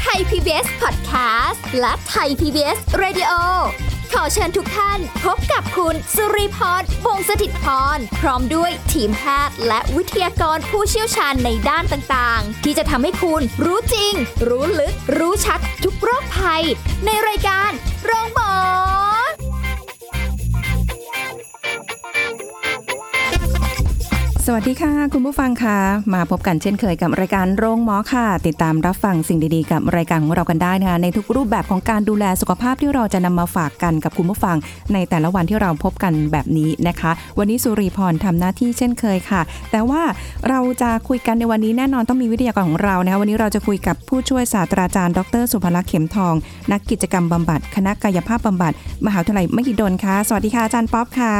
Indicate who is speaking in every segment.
Speaker 1: ไทย PBS Podcast และไทย PBS Radio ขอเชิญทุกท่านพบกับคุณสุริพรวงศสถิตพร พร้อมด้วยทีมแพทย์และวิทยากรผู้เชี่ยวชาญในด้านต่างๆ ที่จะทำให้คุณรู้จริง รู้ลึก รู้ชัดทุกโรคภัย ในรายการโรงพยาบาล
Speaker 2: สวัสดีค่ะ คุณผู้ฟังค่ะ มาพบกันเช่นเคยกับรายการโรงหมอค่ะ ติดตามรับฟังสิ่งดีๆ กับรายการของเรากันได้นะคะในทุกรูปแบบของการดูแลสุขภาพที่เราจะนำมาฝากกันกับคุณผู้ฟัง ในแต่ละวันที่เราพบกันแบบนี้นะคะ วันนี้สุริพรทำหน้าที่เช่นเคยค่ะ แต่ว่าเราจะคุยกันในวันนี้แน่นอนต้องมีวิทยากรของเรานะคะวันนี้เราจะคุยกับผู้ช่วยศาสตราจารย์ดรสุภลักษณ์เข็มทอง นักกิจกรรมบำบัดคณะกายภาพบำบัดมหาวิทยาลัยมหิดลค่ะสวัสดีค่ะอาจารย์ป๊อปค่ะ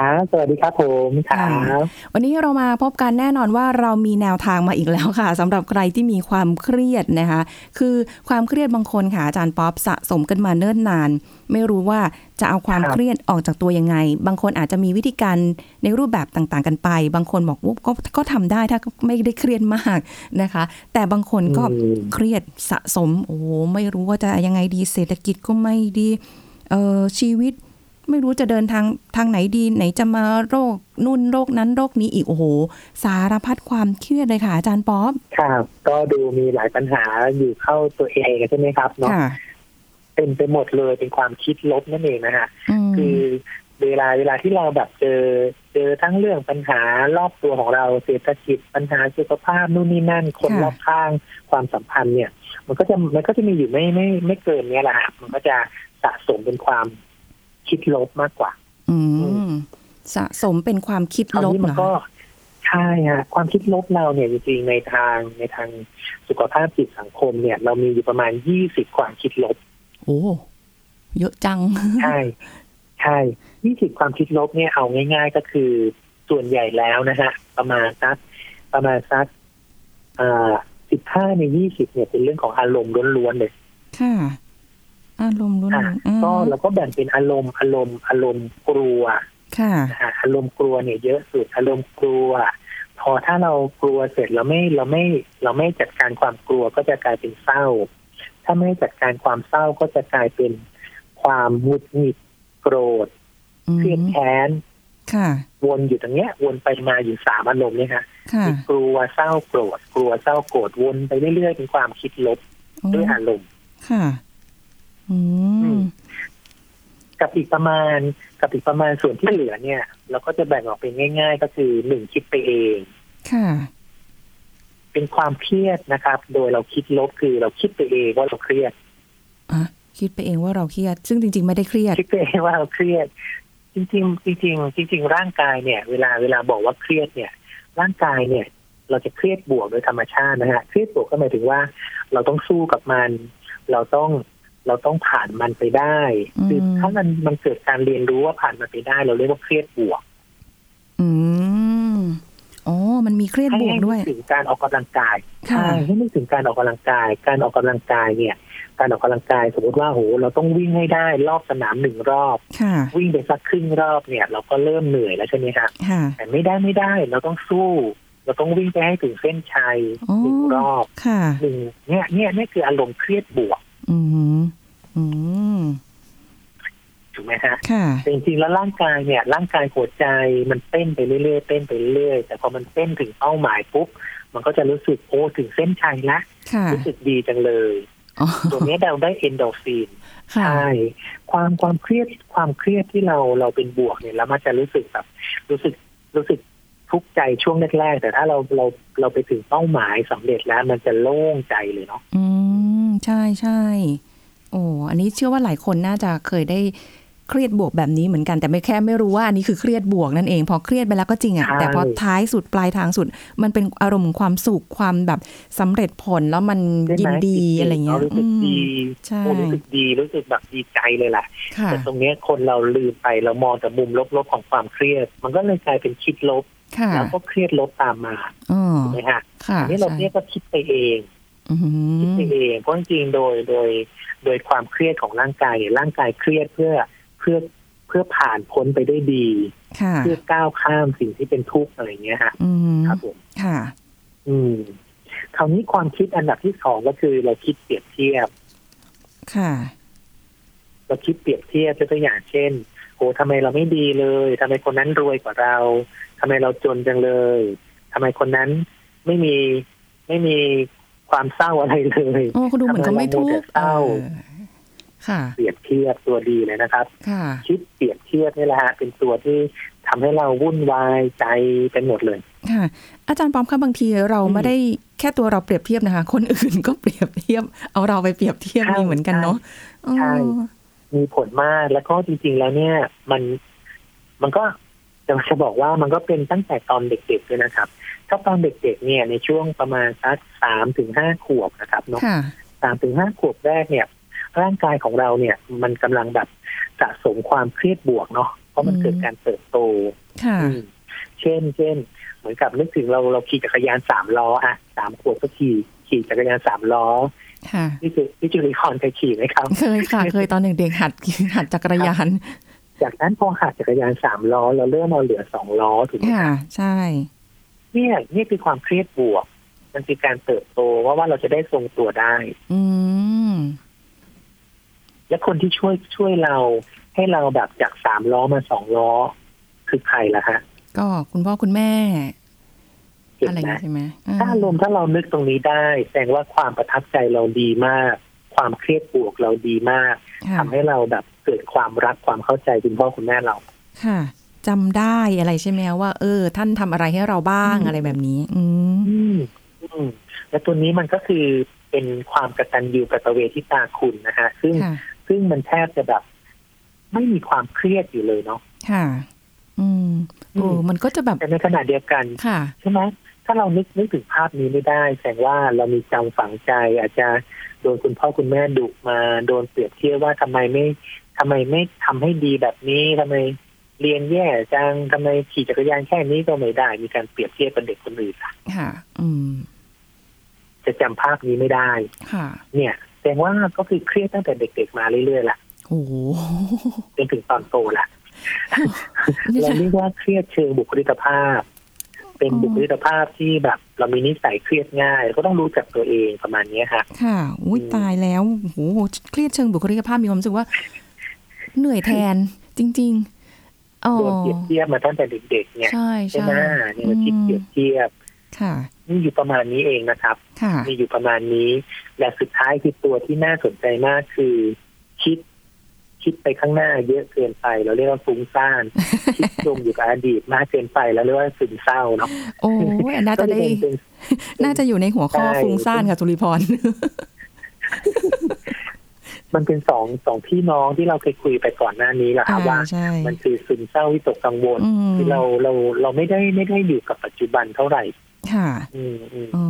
Speaker 3: ครับสวัสดีครับผมครั
Speaker 2: ค่ะ
Speaker 3: บ
Speaker 2: วันนี้เรามาพบกันแน่นอนว่าเรามีแนวทางมาอีกแล้วค่ะส ำหรับใครที่มีความเครียดนะคะ คือความเครียดบางคนค่ะอาจารย์ป๊อปสะสมกันมาเนิ่นนาน ไม่รู้ว่าจะเอาความเครียดออกจากตัวยังไง บางคนอาจจะมีวิธีการในรูปแบบต่างๆกันไป บางคนบอกว่าก็ก็ทำได้ถ้าไม่ได้เครียดมากนะคะ แต่บางคนก็
Speaker 3: อืม
Speaker 2: เครียดสะสม โอ้โหไม่รู้ว่าจะยังไงดีเศรษฐกิจก็ไม่ดีเออชีวิตไม่รู้จะเดินทางทางไหนดี ไหนจะมาโรคนู่นโรคนั้นโรคนี้อีกโอ้โห สารพัดความเครียดเลยค่ะอาจารย์ป๊อป
Speaker 3: ครับ ก็ดูมีหลายปัญหาอยู่เข้าตัวเองใช่ไหมครับเนาะ
Speaker 2: ค่ะ
Speaker 3: เต็มไปหมดเลยเป็นความคิดลบนั่นเองนะฮะ
Speaker 2: อืม
Speaker 3: คือเวลาเวลาที่เราแบบเจอ เจอทั้งเรื่องปัญหารอบตัวของเราเศรษฐกิจปัญหาสุขภาพนู่นนี่นั่น คนรอบข้างความสัมพันธ์เนี่ย มันก็จะมันก็จะมีอยู่ไม่ไม่ไม่เกินเนี้ยแหละฮะมันก็จะสะสมเป็นความคิดลบมากกว่า
Speaker 2: อืมสะสมเป็นความคิด
Speaker 3: คราว
Speaker 2: ลบ
Speaker 3: นี้
Speaker 2: เห
Speaker 3: มั
Speaker 2: ร
Speaker 3: น
Speaker 2: อ
Speaker 3: ก็
Speaker 2: คะ
Speaker 3: ใช่ฮะความคิดลบเราเนี่ยจริงๆในทางในทางสุขภาพจิตสังคมเนี่ย เรามีอยู่ประมาณยี่สิบความคิดลบ
Speaker 2: โอ้เยอะจัง
Speaker 3: ใช่ ใช่ยี่สิบความคิดลบเนี่ยเอาง่าย ๆ ก็คือส่วนใหญ่แล้วนะฮะประมาณสักประมาณสักอ่าสิบห้าในยี่สิบเนี่ยเป็นเรื่องของอารมณ์ล้วนๆเลย
Speaker 2: ค่ะ อารมณ์รุนแร
Speaker 3: อ่ะ
Speaker 2: งอืม
Speaker 3: ก็เราก็แบ่งเป็นอารมณ์อารมณ์อารมณ์กลัว
Speaker 2: ค่ะ
Speaker 3: อ่ะอารมณ์กลัวเนี่ยเยอะสุดอารมณ์กลัว พอถ้าเรากลัวเสร็จเราไม่เราไม่เราไม่จัดการความกลัวก็จะกลายเป็นเศร้า ถ้าไม่จัดการความเศร้าก็จะกลายเป็นความหงุดหงิดโกรธ
Speaker 2: อื
Speaker 3: เครียด
Speaker 2: ม
Speaker 3: แค้น
Speaker 2: ค่ะ
Speaker 3: วนอยู่ตรงเนี้ย วนไปมาอยู่สามอารมณ์เนี่ยค่ะ
Speaker 2: ค่ะ
Speaker 3: มีกลัวเศร้าโกรธ กลัวเศร้าโกรธวนไปเรื่อยๆเป็นความคิดลบด้วยอารมณ์
Speaker 2: ค่ะ อื
Speaker 3: อื
Speaker 2: ม
Speaker 3: ม กับอีกประมาณกับอีกประมาณส่วนที่เหลือเนี่ย เราก็จะแบ่งออกเป็นง่าย ๆ ก็คือหนึ่งคิดไปเอง
Speaker 2: ค่ะ
Speaker 3: เป็นความเครียดนะครับ โดยเราคิดลบคือเราคิดไปเองว่าเราเครียด
Speaker 2: อ่ะ คิดไปเองว่าเราเครียด ซึ่งจริง ๆ ไม่ได้เครียด
Speaker 3: คิดไปเองว่าเราเครียด จริงๆจริงๆจริง ๆ ร่างกายเนี่ย เวลาเวลาบอกว่าเครียดเนี่ย ร่างกายเนี่ย เราจะเครียดบวกโดยธรรมชาตินะฮะเครียดบวกก็หมายถึงว่า เราต้องสู้กับมัน เราต้องเราต้องผ่านมันไปได้คือ
Speaker 2: อืม
Speaker 3: ถ้ามันมันเกิดการเรียนรู้ว่าผ่านมันไปได้ เราเรียกว่าเครียดบวก
Speaker 2: อืมอ๋อ มันมีเครียด
Speaker 3: ให้
Speaker 2: บวก
Speaker 3: ให้
Speaker 2: ด้วย
Speaker 3: นึถึงการออกกำลังกาย
Speaker 2: ค่ะ
Speaker 3: ใช่ให้นึกถึงการออกกำลังกาย การออกกำลังกายเนี่ย การออกกำลังกายสมมติว่าโหเราต้องวิ่งให้ได้รอบสนามหนึ่งรอบ
Speaker 2: ค่ะ
Speaker 3: วิ่งไปสักครึ่งรอบเนี่ย เราก็เริ่มเหนื่อยแล้วใช่ไหมครับ
Speaker 2: ค่ะ
Speaker 3: แต่ไม่ได้ไม่ได้ เราต้องสู้ เราต้องวิ่งไปให้ถึงเส้นชัย
Speaker 2: อ๋อ
Speaker 3: หนึ่งรอบ
Speaker 2: ค่ะ
Speaker 3: หนึ่งเนี่ยเนี่ยเนี่ยคืออารมณ์เครียดบวก
Speaker 2: อืมอืม
Speaker 3: ถูกไหมฮะ
Speaker 2: ค่ะ
Speaker 3: แต่จริงๆแล้วร่างกายเนี่ย ร่างกายหัวใจมันเต้นไปเรื่อยๆเต้นไปเรื่อยๆแต่พอมันเต้นถึงเป้าหมายปุ๊บมันก็จะรู้สึกโอ้ถึงเส้นชัยละ
Speaker 2: ค่ะ
Speaker 3: รู้สึกดีจังเลย
Speaker 2: อ๋อ
Speaker 3: ตัวเนี้ยเราได้เอนโดรฟิน
Speaker 2: ค่ะ
Speaker 3: ใช่ความความเครียดความเครียดที่เราเราเป็นบวกเนี่ยแล้วมันจะรู้สึกแบบรู้สึกรู้สึกทุกข์ใจช่วงแรกๆแต่ถ้าเราเราเราไปถึงเป้าหมายสำเร็จแล้วมันจะโล่งใจเลยเนาะ
Speaker 2: อืม ใช่ใช่ โอ้ อันนี้เชื่อว่าหลายคนน่าจะเคยได้เครียดบวกแบบนี้เหมือนกัน แต่ไม่แค่ไม่รู้ว่าอันนี้คือเครียดบวกนั่นเอง พอเครียดไปแล้วก็จริงอะแต่พอท้ายสุดปลายทางสุด มันเป็นอารมณ์ของความสุขความแบบสำเร็จผลแล้วมัน
Speaker 3: ได้
Speaker 2: ยิ
Speaker 3: ไหม
Speaker 2: นดีอะไรเงี้ย
Speaker 3: รู้สึกดี
Speaker 2: อืม ใช่
Speaker 3: โอ้รู้สึกดีรู้สึกแบบดีใจเลยแหละ
Speaker 2: ค่ะ
Speaker 3: แต่ตรงเนี้ยคนเราลืมไปเรามองแต่มุมลบๆของความเครียด มันก็เลยกลายเป็นคิดลบ
Speaker 2: ค่ะ
Speaker 3: แล้วก็เครียดลบตามมา
Speaker 2: อ๋อ
Speaker 3: ถูกไหมฮะ
Speaker 2: ค่ะ
Speaker 3: อันนี่เราเรียกว่าคิดไปเอง
Speaker 2: อื
Speaker 3: คิด
Speaker 2: ม
Speaker 3: ไปเองเพราะจริงๆโดยโดยโดยความเครียดของร่างกายเนี่ยร่างกายเครียดเพื่อเพื่อเ พื่อผ่านพ้นไปได้ดี
Speaker 2: ค่ะ
Speaker 3: เพื่อก้าวข้ามสิ่งที่เป็นทุกข์อะไรเงี้ยฮะ
Speaker 2: อืม
Speaker 3: ครับผม
Speaker 2: ค่ะ
Speaker 3: อืม คราวนี้ความคิดอันดับที่สองก็คือเราคิดเปรียบเทียบ
Speaker 2: ค่ะ
Speaker 3: เราคิดเปรียบเทียบยกตัวอย่างเช่นโหทำไมเราไม่ดีเลยทำไมคนนั้นรวยกว่าเราทำไมเราจนจังเลยทำไมคนนั้นไม่มีไม่มีความเศร้าอะไรเลย
Speaker 2: โอ้เขาดูเหมือนเขาไม่ทุกข์
Speaker 3: เศร้า
Speaker 2: ออค่ะ
Speaker 3: เปรียบเทียบตัวดีเลยนะครับ
Speaker 2: ค่ะ
Speaker 3: คิดเปรียบเทียบนี่แหละฮะเป็นตัวที่ทำให้เราวุ่นวายใจเป็นหมดเลย
Speaker 2: ค่ะ อาจารย์ปอมคะบางทีเรา
Speaker 3: อืม
Speaker 2: ไม่ได้แค่ตัวเราเปรียบเทียบนะคะ คนอื่นก็เปรียบเทียบ เอาเราไปเปรียบเทียบ
Speaker 3: ใช่
Speaker 2: นี่เหมือนกันเนาะ
Speaker 3: ใช่
Speaker 2: อ๋อ
Speaker 3: มีผลมากแล้วก็จริง ๆ แล้วเนี่ย มันมันก็จะจะบอกว่ามันก็เป็นตั้งแต่ตอนเด็กๆด้วยนะครับ ถ้าตอนเด็กๆ เนี่ยในช่วงประมาณสักสามถึงห้าขวบนะครับเนาะ
Speaker 2: ค่ะ
Speaker 3: สามถึงห้าขวบแรกเนี่ย ร่างกายของเราเนี่ย มันกำลังแบบสะสมความเครียดบวกเนาะเพราะมัน
Speaker 2: อืม
Speaker 3: เกิดการเติบโต
Speaker 2: ค่ะ
Speaker 3: อืมเช่นเช่น เหมือนกับนึกถึงเราเราขี่จักรยานสามล้ออะสามขวบก็ขี่ขี่จักรยานสามล้อ
Speaker 2: ค่ะ
Speaker 3: นี่คือนี่จุลิคอนเคยขี่ไหมครับ
Speaker 2: เคยค่ะ เคยตอนเด็กๆหัดหัดจักรยาน
Speaker 3: จากนั้นพอหัดจักรยานสามล้อเราเริ่มเอาเหลือสองล้อถูกไหม
Speaker 2: ค่ะ ใช่
Speaker 3: เนี่ยนี่คือความเครียดบวก มันคือการเติบโตว่าว่าเราจะได้ทรงตัวได้
Speaker 2: อืม
Speaker 3: และคนที่ช่วยช่วยเราให้เราแบบจากสามล้อมาสองล้อ คือใครล่ะฮะ
Speaker 2: ก็คุณพ่อคุณแม่
Speaker 3: เห็น
Speaker 2: อะไรอย่าง
Speaker 3: ไหม
Speaker 2: งี้ใช่ไหมอ่
Speaker 3: ถ้าลมณ์ถ้าเรานึกตรงนี้ได้ แสดงว่าความประทับใจเราดีมาก ความเครียดบวกเราดีมาก
Speaker 2: ค่ะ
Speaker 3: ทำให้เราแบบเกิดความรักความเข้าใจคุณพ่อคุณแม่เรา
Speaker 2: ค่ะจำได้อะไรใช่ไหมว่า เออ ท่านทำอะไรให้เราบ้าง
Speaker 3: อืม
Speaker 2: อะไรแบบนี้ อืม
Speaker 3: อืมอืมและตัวนี้มันก็คือเป็นความกตัญญูกตเวทิตาคุณนะฮะซึ่ง
Speaker 2: ค่ะ
Speaker 3: ซึ่งมันแทบจะแบบ ไม่มีความเครียดอยู่เลยเนาะ
Speaker 2: ค่ะ อืม
Speaker 3: อื
Speaker 2: โอ้
Speaker 3: ม
Speaker 2: มันก็จะแบบ
Speaker 3: แต่ในขณะเดียวกัน
Speaker 2: ค่ะ
Speaker 3: ใช่ไหมถ้าเรานึกนึกถึงภาพนี้ไม่ได้ แสดงว่าเรามีจำฝังใจ อาจจะโดนคุณพ่อคุณแม่ดุมาโดนเปรียบเทียบว่าทำไมไม่ทำไมไม่ทำให้ดีแบบนี้ทำไมเรียนแย่จังทำไมขี่จักรยานแค่นี้ก็ไม่ได้ มีการเปรียบเทียบกับเด็กคนอื่นอะ
Speaker 2: ค่ะ อืม
Speaker 3: จะจำภาพนี้ไม่ได้
Speaker 2: ค่ะ
Speaker 3: เนี่ยแสดงว่าก็คือเครียดตั้งแต่เด็กๆมาเรื่อยๆล่ะ
Speaker 2: โอ้โห
Speaker 3: จนถึงตอนโตล่ะ
Speaker 2: นี่
Speaker 3: เรา
Speaker 2: จะ
Speaker 3: เรียกว่าเครียดเชิงบุคลิกภาพ เป็น
Speaker 2: อ๋อ
Speaker 3: บุคลิกภาพที่แบบ เรามีนิสัยเครียดง่ายก็ต้องรู้จักตัวเองประมาณเนี้ยค่ะ
Speaker 2: ค่ะอุ้ย
Speaker 3: อืม
Speaker 2: ตายแล้วโอ้โหเครียดเชิงบุคลิกภาพมีความรู้สึกว่า เหนื่อยแทน จริงๆอ๋อ
Speaker 3: โดนเปรียบเทียบมาตั้งแต่เด็กๆเนี่ย
Speaker 2: ใช่
Speaker 3: ใช่
Speaker 2: ใช่
Speaker 3: ไหมเนี่ยเราคิดเปรียบเทียบ
Speaker 2: ค่ะ
Speaker 3: นี่อยู่ประมาณนี้เองนะครับ
Speaker 2: ค่ะ
Speaker 3: มีอยู่ประมาณนี้และสุดท้ายคือตัวที่น่าสนใจมากคือ คิด คิดไปข้างหน้าเยอะเกินไป เราเรียกว่าฟุ้ง ซ่านคิดจมอยู่กับอดีตมากเกินไปแล้วเรียกว่าซึมเศร้าเนาะ
Speaker 2: โอ้ยน่าจะได้
Speaker 3: ก็เป็น
Speaker 2: น่าจะอยู่ในหัวข้อฟุ้งซ่านค่ะสุริพร
Speaker 3: มันเป็นสองสองพี่น้องที่เราเคยคุยไปก่อนหน้านี้แหละครับว่า
Speaker 2: ใช่
Speaker 3: มันคือซึมเศร้าวิตกกังวล
Speaker 2: อืม
Speaker 3: คือเราเราเราไม่ได้ไม่ได้อยู่กับปัจจุบันเท่าไหร่
Speaker 2: ค่ะ
Speaker 3: อืมอืม
Speaker 2: อ๋อ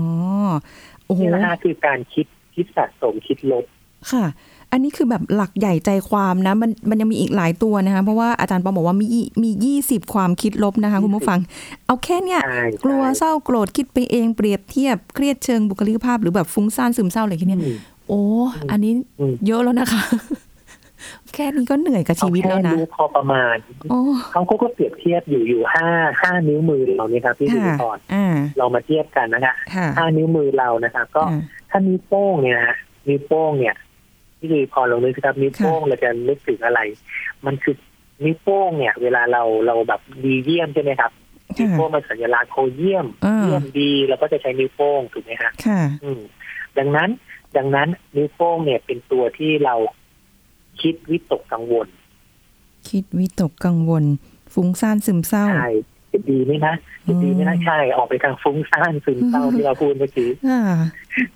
Speaker 2: โอ้โห
Speaker 3: นี่แหละค่ะคือการคิดคิดสะสมคิดลบ
Speaker 2: ค่ะ อันนี้คือแบบหลักใหญ่ใจความนะ มันมันยังมีอีกหลายตัวนะคะ เพราะว่าอาจารย์ปอบอกว่ามีมียี่สิบความคิดลบนะคะ คุณผู้ฟัง เอาแค่เนี้ย
Speaker 3: ใช่
Speaker 2: กลัวเศ
Speaker 3: ใช่
Speaker 2: ร้าโกรธคิดไปเองเปรียบเทียบเครียดเชิงบุคลิกภาพหรือแบบฟุ้งซ่านซึมเศร้าอะไรแค่เนี้ย
Speaker 3: อืม
Speaker 2: โอ้ อันนี้
Speaker 3: อืม
Speaker 2: เยอะแล้วนะคะ แค่นี้ก็เหนื่อยกับชีวิตแล้ว
Speaker 3: เอา
Speaker 2: นะ
Speaker 3: ค่รู้พอประมาณ
Speaker 2: โอ้
Speaker 3: เขาเขาก็เปรียบเทียบอยู่อยู่ห้าห้านิ้วมือเรานี่ครับพี่ดู
Speaker 2: ค่ะ
Speaker 3: ก่อน
Speaker 2: อ่า
Speaker 3: เรามาเทียบกันนะคะ
Speaker 2: ค่ะ
Speaker 3: ห้านิ้วมือเรานะคะ ก็
Speaker 2: อ่า
Speaker 3: ถ้านิ้วโป้งเนี่ยนะฮะนิ้วโป้งเนี่ยพี่ดูพอลองนึกสิครับนิ้วโป้งเราจะนึกถึงอะไร มันคือนิ้วโป้งเนี่ย เวลาเราเราแบบดีเยี่ยมใช่ไหมครับ นิ้วโป้งมันสัญลักษณ์โคเยี่ยม
Speaker 2: อ่า
Speaker 3: เยี่ยมดีเราก็จะใช้นิ้วโป้งถูกไหมฮะ
Speaker 2: ค่ะ
Speaker 3: อืม ดังนั้น ดังนั้นนิ้วโป้งเนี่ยเป็นตัวที่เราคิดวิตกกังวล
Speaker 2: คิดวิตกกังวล ฟุ้งซ่านซึมเศร้า
Speaker 3: ใช่จะดีไหมนะจะดีไหมนะ
Speaker 2: อืม
Speaker 3: ใช่ออกไปทางฟุ้งซ่านซึมเศร้า
Speaker 2: อืม
Speaker 3: ที่เราพูดเมื่อกี้
Speaker 2: ค่ะ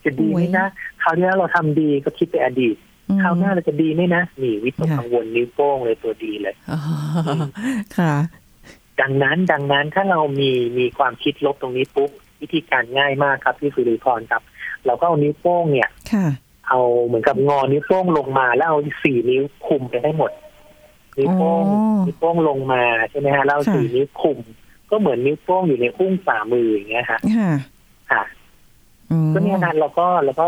Speaker 3: จะดีไหมนะคราวที่แล้วเราทำดีก็คิดไปอดีต
Speaker 2: อืม
Speaker 3: คราวหน้าเราจะดีไหมนะนี่วิตก
Speaker 2: ค่ะ
Speaker 3: กังวลนิ้วโป้งเลยตัวดีเลย
Speaker 2: อ๋อค่ะ
Speaker 3: ดังนั้น ดังนั้นถ้าเรามีมีความคิดลบตรงนี้ปุ๊บวิธีการง่ายมากครับพี่สุริพรครับ เราก็เอานิ้วโป้งเนี่ย
Speaker 2: ค่ะ
Speaker 3: เอาเหมือนกับงอนิ้วโป้งลงมาแล้วเอาสี่นิ้วคุมไปให้หมด นิ้วโป้ง
Speaker 2: อ๋อ
Speaker 3: นิ้วโป้งลงมาใช่ไหมฮะแล้วเอา
Speaker 2: ค่ะ
Speaker 3: สี่นิ้วคุม ก็เหมือนนิ้วโป้งอยู่ในอุ้งฝ่ามืออย่างเงี้ยฮะ
Speaker 2: ค่ะ
Speaker 3: ค่ะ
Speaker 2: อืม
Speaker 3: ก็เนี่ยนะเราก็เราก็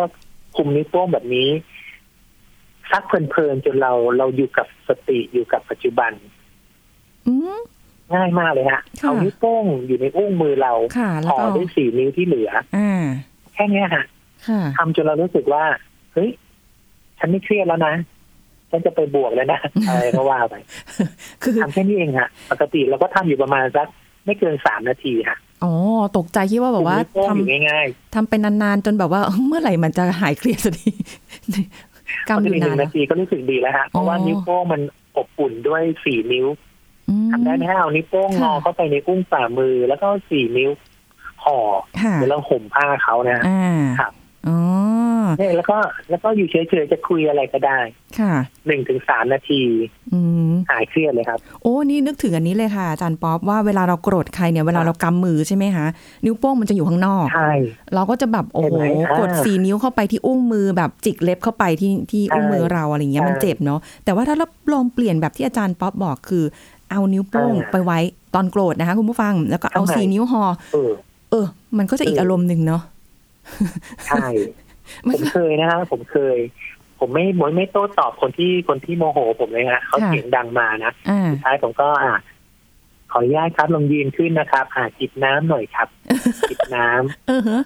Speaker 3: คุมนิ้วโป้งแบบนี้ซักเพลินๆจนเราเราอยู่กับสติอยู่กับปัจจุบัน
Speaker 2: อืม
Speaker 3: ง่ายมากเลยฮะ
Speaker 2: ค่ะ
Speaker 3: เอานิ้วโป้งอยู่ในอุ้งมือเรา
Speaker 2: ค่ะแล้ว
Speaker 3: ห่อ
Speaker 2: ก็
Speaker 3: ด้วยสี่นิ้วที่เหลือ
Speaker 2: อ่า
Speaker 3: แค่เนี้ยฮะ
Speaker 2: ค่ะ
Speaker 3: ทำจนเรารู้สึกว่า เฮ้ย ฉันไม่เครียดแล้วนะ ฉันจะไปบวกแล้วนะ อะไรก็ว่าไป
Speaker 2: คือ
Speaker 3: ทำแค่นี้เองฮะปกติเราก็ทำอยู่ประมาณสักไม่เกินสามนาทีฮะ
Speaker 2: อ๋อ ตกใจคิดว่าแบบว่า
Speaker 3: นิ้โป้ง
Speaker 2: ทำ
Speaker 3: อยู่ง่าย
Speaker 2: ทำเป็นนานๆ จนแบบว่าเอ้ าเมื่อไหร่มันจะหายเครียดสักที
Speaker 3: ๆปก
Speaker 2: กำอ
Speaker 3: ติ
Speaker 2: ยู่
Speaker 3: ห
Speaker 2: นา
Speaker 3: นึ่
Speaker 2: น
Speaker 3: ง
Speaker 2: นะ
Speaker 3: นาทีก็รู้สึกดีแล้วฮะเพราะว่า
Speaker 2: อ๋อ
Speaker 3: นิ้วโป้งมันอบอุ่นด้วยสี่นิ้ว
Speaker 2: อืม
Speaker 3: ทำได้ไหมฮะเอานิ้วโป้งงอ
Speaker 2: ค่ะ
Speaker 3: เข้าไปในกุ้งฝ่ามือ แล้วก็สี่นิ้วห่อ
Speaker 2: ค่ะ
Speaker 3: เดี๋ยวเราห่มผ้าเขานะ
Speaker 2: อ่า
Speaker 3: ครับ
Speaker 2: อ๋อ
Speaker 3: เนี่ยแล้วก็แล้วก็อยู่เฉยๆจะคุยอะไรก็ได้
Speaker 2: ค่ะ
Speaker 3: หนึ่งถึงสามนาที
Speaker 2: อืม
Speaker 3: หายเครียดเลยครับ
Speaker 2: โอ้ นี่นึกถึงอันนี้เลยค่ะอาจารย์ป๊อปว่าเวลาเราโกรธใครเนี่ยเวลา
Speaker 3: ครับ
Speaker 2: เรากำมือใช่ไหมคะนิ้วโป้งมันจะอยู่ข้างนอก
Speaker 3: ใช่
Speaker 2: เราก็จะแบบโอ้โห
Speaker 3: เห็นไหมอ่าก
Speaker 2: ดสีนิ้วเข้าไปที่อุ้งมือแบบจิกเล็บเข้าไปที่ที่อุ้งมือเราอะไรอย่างเงี้ย
Speaker 3: ใช่
Speaker 2: มันเจ็บเนาะแต่ว่าถ้าเราลองเปลี่ยนแบบที่อาจารย์ป๊อปบอกคือ เอานิ้วโป้ง
Speaker 3: อ่า
Speaker 2: ไปไว้ตอนโกรธนะคะคุณผู้ฟังแล้วก็เอา
Speaker 3: ทำไม
Speaker 2: สีนิ้วหอ
Speaker 3: เออ
Speaker 2: เออ มันก็จะอีก
Speaker 3: เอออ
Speaker 2: อารมณ์หนึ่งเนาะ
Speaker 3: ใช่
Speaker 2: มัน
Speaker 3: ผมเคยนะฮะผมเคย ผมไม่ผมไม่โต้ตอบคนที่คนที่โมโห ผมเลยฮะเขา
Speaker 2: ค่ะ
Speaker 3: เสียงดังมานะ
Speaker 2: อ่า
Speaker 3: สุดท้ายผมก็อ่ะขออนุญาตครับลองยืนขึ้นนะครับ อ่าจิบน้ำหน่อย ครับ จิบน้ำ
Speaker 2: เออฮะ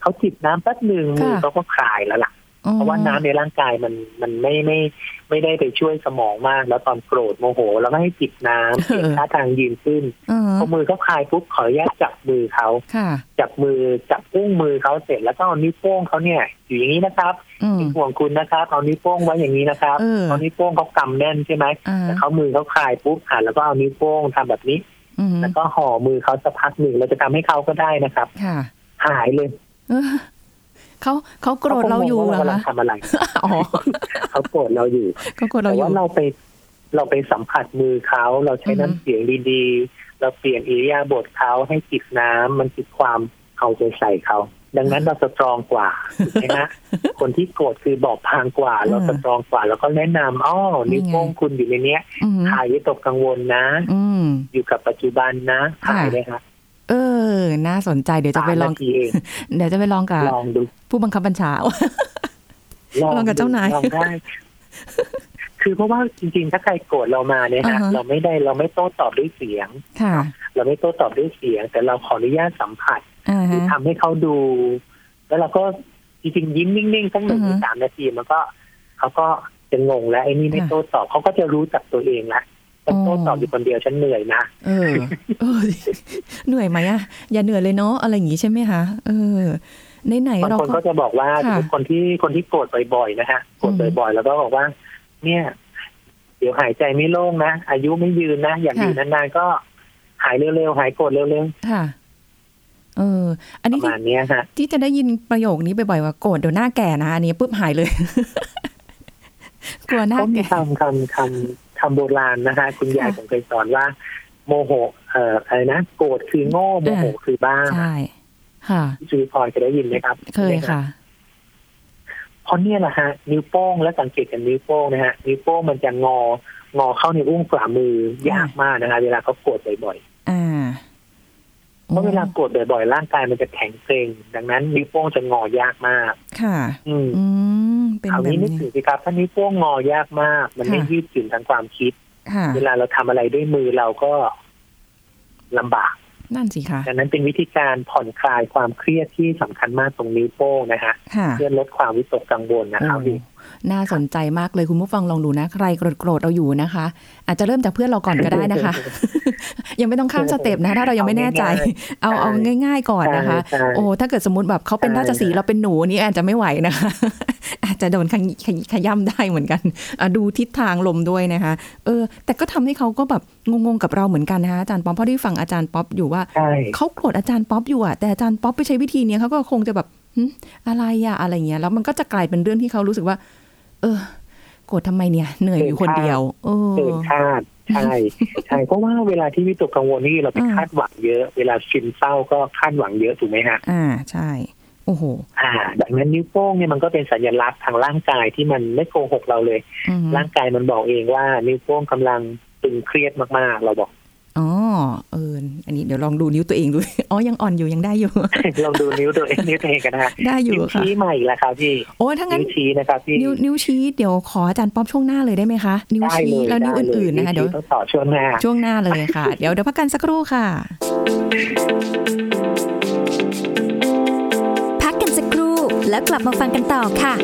Speaker 3: เขาจิบน้ำแป๊บหนึ่งมือ
Speaker 2: ค่ะ
Speaker 3: เขาก็คลายแล้วล่ะ
Speaker 2: อ๋อ
Speaker 3: เพราะว่าน้ำในร่างกายมันมันไม่ไม่ไม่ได้ไปช่วยสมองมาก แล้วตอนโกรธโมโห แล้วก็ให้จิบน้ำเปลี่ยนท่าทางยืนขึ้น
Speaker 2: เออ
Speaker 3: พอมือเขาคลายปุ๊บขออนุญาตจับมือเขา
Speaker 2: ค่ะ
Speaker 3: จับมือจับอุ้งมือเขาเสร็จแล้วก็เอานิ้วโป้งเขาเนี่ย อยู่อย่างนี้นะครับ
Speaker 2: อืม
Speaker 3: เป็นห่วงคุณนะครับเอานิ้วโป้งไว้อย่างนี้นะครับ
Speaker 2: เออ
Speaker 3: เอานิ้วโป้งเขากำแน่นใช่ไหม
Speaker 2: อ่า
Speaker 3: แต่เขามือเขาคลายปุ๊บอ่ะแล้วก็เอานิ้วโป้งทำแบบนี้
Speaker 2: อืม
Speaker 3: แล้วก็ห่อมือเขาสักพักหนึ่งเราจะทำให้เขาก็ได้นะครับ
Speaker 2: ค่ะ
Speaker 3: หายเลย
Speaker 2: เออเขาเขาโกรธเราอยู่เหรอ
Speaker 3: เขาคงงว่า
Speaker 2: คะ
Speaker 3: กำลังทำอะไร
Speaker 2: อ๋อ
Speaker 3: เขาโกรธเราอยู่
Speaker 2: เขาโกรธเราอ
Speaker 3: แต่
Speaker 2: ยู่
Speaker 3: ว่าเราไปเราไปสัมผัสมือเขาเราใช้
Speaker 2: อือฮึ
Speaker 3: น้ำเสียงดีๆ เราเปลี่ยนอิริยาบถเขาให้จิบน้ำมันจิบความเอาใจใส่เขา ดังนั้นเราสตรองกว่าถูกไห มฮะ คนที่โกรธคือบอบพางกว่า เราสตรองกว่า แล้วก็แนะนำอ้อนิ้วโป้งคุณอยู่ในเนี้ย
Speaker 2: อืม
Speaker 3: หายวิตกกังวลนะ
Speaker 2: อืม
Speaker 3: อยู่กับปัจจุบันนะ
Speaker 2: ค่ะ
Speaker 3: หายเลยครับ
Speaker 2: เออ น่าสนใจเดี๋ยวจะไปลอง
Speaker 3: ทีเอง
Speaker 2: เดี๋ยวจะไปลองกับ
Speaker 3: ลองดู
Speaker 2: ผู้บังคับบัญชา ลองกับ
Speaker 3: ดู
Speaker 2: เจ้านาย
Speaker 3: ลองได้ คือเพราะว่าจริงๆ ถ้าใครโกรธเรามาเนี่ยฮะ
Speaker 2: อ่าฮะ
Speaker 3: เราไม่ได้เราไม่โต้ตอบด้วยเสียง
Speaker 2: ค่ะ
Speaker 3: เราไม่โต้ตอบด้วยเสียง แต่เราขออนุญาตสัมผัส
Speaker 2: อ่า
Speaker 3: หรือ
Speaker 2: ฮะ
Speaker 3: ทำให้เขาดู แล้วเราก็จริงๆยิ้มนิ่งๆสักหนึ่ง
Speaker 2: อือฮึ
Speaker 3: ถึงสามนาทีมันก็เขาก็จะงงแล้วไอ้นี่ไม่
Speaker 2: ค่ะ
Speaker 3: โต้ตอบเขาก็จะรู้จักตัวเองละฉัน
Speaker 2: อ๋อ
Speaker 3: โต้ตอบอยู่คนเดียวฉันเหนื่อยนะ
Speaker 2: เออ เออ เหนื่อยไหมอะอย่าเหนื่อยเลยเนาะอะไรอย่างงี้ใช่ไหมคะเออในไหนๆ
Speaker 3: บาง
Speaker 2: เรา
Speaker 3: คน
Speaker 2: ก็
Speaker 3: ก็จะบอกว่า
Speaker 2: ค่ะ
Speaker 3: สมมุติคนที่คนที่โกรธบ่อยๆนะฮะโกรธ
Speaker 2: อืม
Speaker 3: บ่อยๆ แล้วก็บอกว่า เนี่ย เดี๋ยวหายใจไม่โล่งนะอายุไม่ยืนนะอยาก
Speaker 2: ค่ะ
Speaker 3: อยู่นานๆก็หายเร็วๆหายโกรธเร็ว
Speaker 2: ค่ะ เออ อัน
Speaker 3: ๆป
Speaker 2: นี้
Speaker 3: ระ
Speaker 2: ที่
Speaker 3: มาณเนี้ยฮะ
Speaker 2: ที่จะได้ยินประโยคนี้บ่อยๆว่าโกรธเดี๋ยวหน้าแก่นะอันนี้ปุ๊บหายเลย กลัวหน้า
Speaker 3: ก็มี
Speaker 2: แก่
Speaker 3: คำคำคำคำโบราณนะคะ คุณยาย
Speaker 2: ค่ะ
Speaker 3: ผมเคยสอนว่า โมโห เอ่ออะไรนะโกรธคือโง่โมโหคือบ้า
Speaker 2: ใช่ ค่ะ
Speaker 3: ชื่อพลอยจะได้ยินไหมครับ
Speaker 2: เคยค่ะ
Speaker 3: เพราะเนี่ยแหละฮะนิ้วโป้งและสังเกตกันนิ้วโป้งนะฮะนิ้วโป้งมันจะงองอเข้าในอุ้งฝ่ามือยากมากนะคะ เวลาเขาโกรธบ่อย
Speaker 2: อ่า
Speaker 3: ๆเพราะเวลาโกรธบ่อยๆร่างกายมันจะแข็งเกร็งดังนั้นนิ้วโป้งจะงอยากมาก
Speaker 2: ค่ะ
Speaker 3: อืม
Speaker 2: อืม เป็น
Speaker 3: คราว
Speaker 2: แบบ
Speaker 3: นี้นึก
Speaker 2: นี้
Speaker 3: ถึงสิครับถ้านิ้วโป้งงอยากมาก มันไม่
Speaker 2: ค่ะ
Speaker 3: ยืดหยุ่นทางความคิด
Speaker 2: ค่ะ
Speaker 3: เวลาเราทำอะไรด้วยมือเราก็ลำบาก
Speaker 2: นั่นสิคะ
Speaker 3: ดังนั้นเป็นวิธีการผ่อนคลายความเครียดที่สำคัญมากตรงนิ้วโป้งนะฮะ
Speaker 2: ค่ะ
Speaker 3: เพื่อลดความวิตกกังวลนะครับ
Speaker 2: โอ้น่าสนใจมากเลยคุณผู้ฟังลองดูนะ ใครโกรธๆเราอยู่นะคะ อาจจะเริ่มจากเพื่อนเราก่อนก็ได้นะคะ ยังไม่ต้องข้ามสเต็ปนะ ถ้าเรายังไม่แน่ใจ เอาเอาง่าย ๆก่อนนะคะ
Speaker 3: ใช่
Speaker 2: โอ้ถ้าเกิดสมมติแบบเขาเป็นราชสีห์เราเป็นหนูนี่อาจจะไม่ไหวนะคะ อาจจะโดนขยขยขย่ำได้เหมือนกันอ่ะดูทิศทางลมด้วยนะคะ เออ แต่ก็ทำให้เขาก็แบบงงๆกับเราเหมือนกันนะคะอาจารย์ป๊อปเพราะที่ฟังอาจารย์ป๊อปอยู่ว่า
Speaker 3: ใช่
Speaker 2: เขาโกรธอาจารย์ป๊อปอยู่อะแต่อาจารย์ป๊อปไปใช้วิธีเนี้ยเขาก็คงจะแบบหึอะไรอะอะไรเงี้ยแล้วมันก็จะกลายเป็นเรื่องที่เขารู้สึกว่า เออ โกรธทำไมเนี่ย เหนื่อยอยู่คนเดียวเออ
Speaker 3: เกินคาดใช่ใช่เพราะว่าเวลาที่วิตกกังวลนี่เราไป
Speaker 2: อืม
Speaker 3: คาดหวังเยอะ เวลาชินเศร้าก็คาดหวังเยอะถูกไหมฮะ
Speaker 2: อ่าใช่ โอ้โห
Speaker 3: อ่า ดังนั้นนิ้วโป้งเนี่ยมันก็เป็นสัญลักษณ์ทางร่างกายที่มันไม่โกหกเราเลย
Speaker 2: อืม
Speaker 3: ร่างกายมันบอกเองว่า นิ้วโป้งกำลังตึงเครียดมากๆ เราบอก
Speaker 2: อ๋อ เอออันนี้เดี๋ยวลองดูนิ้วตัวเองดู อ๋อ ยังอ่อนอยู่ยังได้อยู่
Speaker 3: ลองดูนิ้วตัวเองนิ้วตัวเองกันนะฮะ
Speaker 2: ได้อยู่
Speaker 3: นิ้ว
Speaker 2: ค่ะ
Speaker 3: ชี้มาอีกแล้วครับพี่
Speaker 2: โอ้ถ้างั้น
Speaker 3: นิ้วชี้นะครับพี่
Speaker 2: นิ้วนิ้วชี้เดี๋ยวขออาจารย์ป๊อปช่วงหน้าเลยได้ไหมคะ นิ้ว
Speaker 3: ได้
Speaker 2: ชี้
Speaker 3: เย
Speaker 2: แล้วนิ้ว
Speaker 3: ได้เย
Speaker 2: อื่นๆนะคะเดี๋ยว
Speaker 3: ชี้ต้องต่อช่วงหน้า
Speaker 2: ช่วงหน้าเลยค่ะ เดี๋ยวเดี๋ยวพักกันสักครู่ค่ะ
Speaker 1: พักกันสักครู่แล้วกลับมาฟังกันต่อค่ะ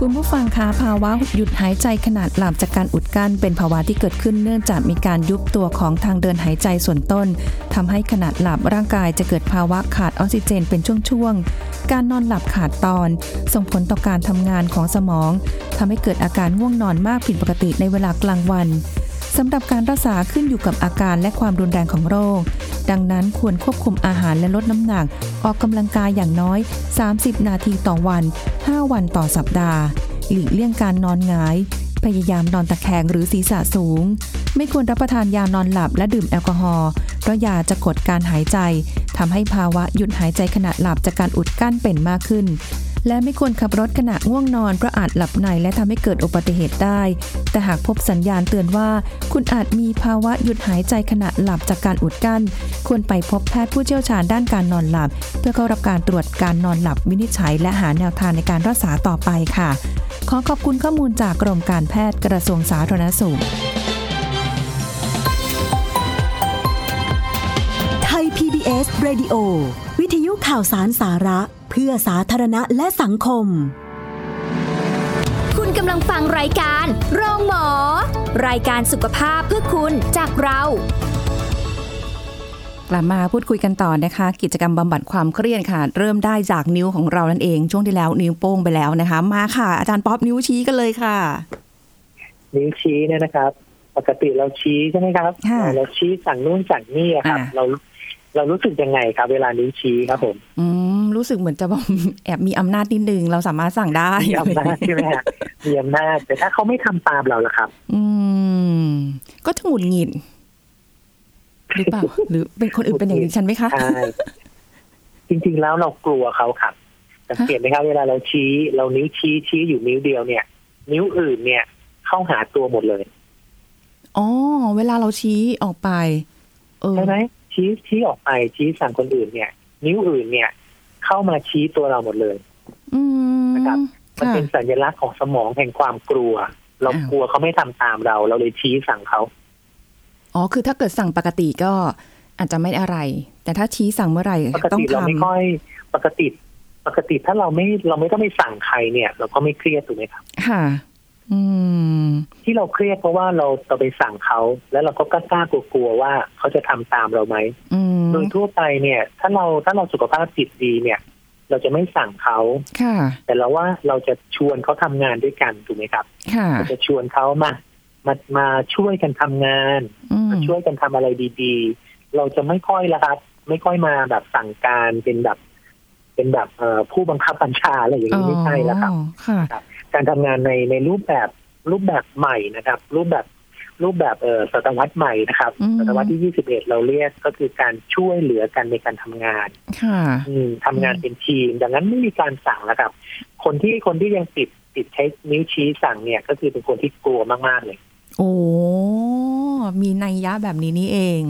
Speaker 2: คุณผู้ฟังคะภาวะหยุดหายใจขนาดหลับจากการอุดกั้นเป็นภาวะที่เกิดขึ้นเนื่องจากมีการยุบตัวของทางเดินหายใจส่วนต้นทำให้ขนาดหลับร่างกายจะเกิดภาวะขาดออกซิเจนเป็นช่วงๆ การนอนหลับขาดตอน ส่งผลต่อการทำงานของสมองทำให้เกิดอาการง่วงนอนมากผิดปกติในเวลากลางวันสำหรับการรักษาขึ้นอยู่กับอาการและความรุนแรงของโรค ดังนั้นควรควบคุมอาหารและลดน้ำหนัก ออกกำลังกายอย่างน้อย 30 นาทีต่อวัน 5 วันต่อสัปดาห์ หลีกเลี่ยงการนอนหงาย พยายามนอนตะแคงหรือศีรษะสูง ไม่ควรรับประทานยานอนหลับและดื่มแอลกอฮอล์ เพราะยาจะกดการหายใจทำให้ภาวะหยุดหายใจขณะหลับจากการอุดกั้นเป็นมากขึ้น และไม่ควรขับรถขณะง่วงนอนเพราะอาจหลับในและทำให้เกิดอุบัติเหตุได้ แต่หากพบสัญญาณเตือนว่า คุณอาจมีภาวะหยุดหายใจขณะหลับจากการอุดกั้น ควรไปพบแพทย์ผู้เชี่ยวชาญด้านการนอนหลับ เพื่อเข้ารับการตรวจการนอนหลับวินิจฉัย และหาแนวทางในการรักษาต่อไปค่ะ ขอขอบคุณข้อมูลจากกรมการแพทย์กระทรวงสาธารณสุข
Speaker 4: ไทย PBS Radio วิทยุข่าวสารสาระ เพื่อสาธารณะและสังคม
Speaker 1: คุณกำลังฟังรายการ โรงหมอ รายการสุขภาพเพื่อคุณจากเรา
Speaker 2: กลับมาพูดคุยกันต่อนะคะ กิจกรรมบำบัดความเครียดค่ะ เริ่มได้จากนิ้วของเรานั่นเอง ช่วงที่แล้วนิ้วโป้งไปแล้วนะคะ มาค่ะ อาจารย์ป๊อปนิ้วชี้กันเลยค่ะ
Speaker 3: นิ้วชี้เนี่ยนะครับ ปกติเราชี้ใช่ไหมครับ
Speaker 2: ค่ะ
Speaker 3: เราชี้สั่งนู่นสั่งนี่อะครับ
Speaker 2: อ่า
Speaker 3: เราเรารู้สึกยังไงครับ เวลานิ้วชี้ครับผม
Speaker 2: อืมรู้สึกเห มือนจะแบบ แอบมีอำนาจนิดนึง เราสามารถสั่งได้
Speaker 3: มีอำนาจใช่ไหมฮะมีอำนาจแต่ถ้าเขาไม่ทำตามเราล่ะครับ
Speaker 2: อืม ก็จะหงุดหงิดหรือเปล่า หรือเป็นคนอื่นเป็นอย่างดิฉันไหมคะ
Speaker 3: ใช่จริงๆแล้วเรากลัวเขาครับสังเกตไหมครับ เวลาเราชี้ เรานิ้วชี้ชี้อยู่นิ้วเดียวเนี่ย นิ้วอื่นเนี่ย เข้าหาตัวหมดเลย
Speaker 2: อ๋อ เวลาเราชี้ออกไป เออ
Speaker 3: ใช่ไหมชี้ชี้ออกไปชี้สั่งคนอื่นเนี่ย นิ้วอื่นเนี่ย เข้ามาชี้ตัวเราหมดเลย
Speaker 2: อืม
Speaker 3: นะครับ มัน
Speaker 2: ค่ะ
Speaker 3: เป็นสัญลักษณ์ของสมองแห่งความกลัว เรา
Speaker 2: อ้าว
Speaker 3: กลัวเขาไม่ทำตามเรา เราเลยชี้สั่งเขา
Speaker 2: อ๋อ คือถ้าเกิดสั่งปกติก็อาจจะไม่อะไร แต่ถ้าชี้สั่งเมื่อไหร่
Speaker 3: ปก
Speaker 2: ต้อง
Speaker 3: ติเราไม่
Speaker 2: ทำ
Speaker 3: ค่อยปกติปกติถ้าเราไม่เราไม่ต้องไปสั่งใครเนี่ย เราก็ไม่เครียดถูกไหมครับ
Speaker 2: ค่ะ อืม
Speaker 3: ที่เราเครียดเพราะว่าเราเราไปสั่งเขา แล้วเราก็กล้ากลัวๆว่าเขาจะทำตามเราไหม
Speaker 2: อืม
Speaker 3: โดยทั่วไปเนี่ย ถ้าเราถ้าเราสุขภาพจิตดีเนี่ย เราจะไม่สั่งเขา
Speaker 2: ค่ะ
Speaker 3: แต่เราว่าเราจะชวนเขาทำงานด้วยกันถูกไหมครับ
Speaker 2: ค่ะ
Speaker 3: เราจะชวนเขามามามาช่วยกันทำงาน
Speaker 2: อืม
Speaker 3: มาช่วยกันทำอะไรดีๆ เราจะไม่ค่อยละครับ ไม่ค่อยมาแบบสั่งการเป็นแบบ เป็นแบบเอ่อผู้บังคับบัญชาอะไรอย่างนี้ไม่ใช่แล้วครับ
Speaker 2: อ๋อค่ะ
Speaker 3: การทำงานในในรูปแบบรูปแบบใหม่นะครับ รูปแบบรูปแบบเอ่อศตวรรษใหม่นะครับ
Speaker 2: อืม
Speaker 3: ศตวรรษที่ 21 เราเรียกก็คือการช่วยเหลือกันในการทำงาน
Speaker 2: ค่ะ
Speaker 3: อืมทำงานเป็นทีม ดังนั้นไม่มีการสั่งแล้วครับ คนที่คนที่ยังติดติดใช้นิ้วชี้สั่งเนี่ยก็คือเป็นคนที่กลัวมากๆเลย
Speaker 2: โอ้ มีนัยยะแบบนี้นี่เอง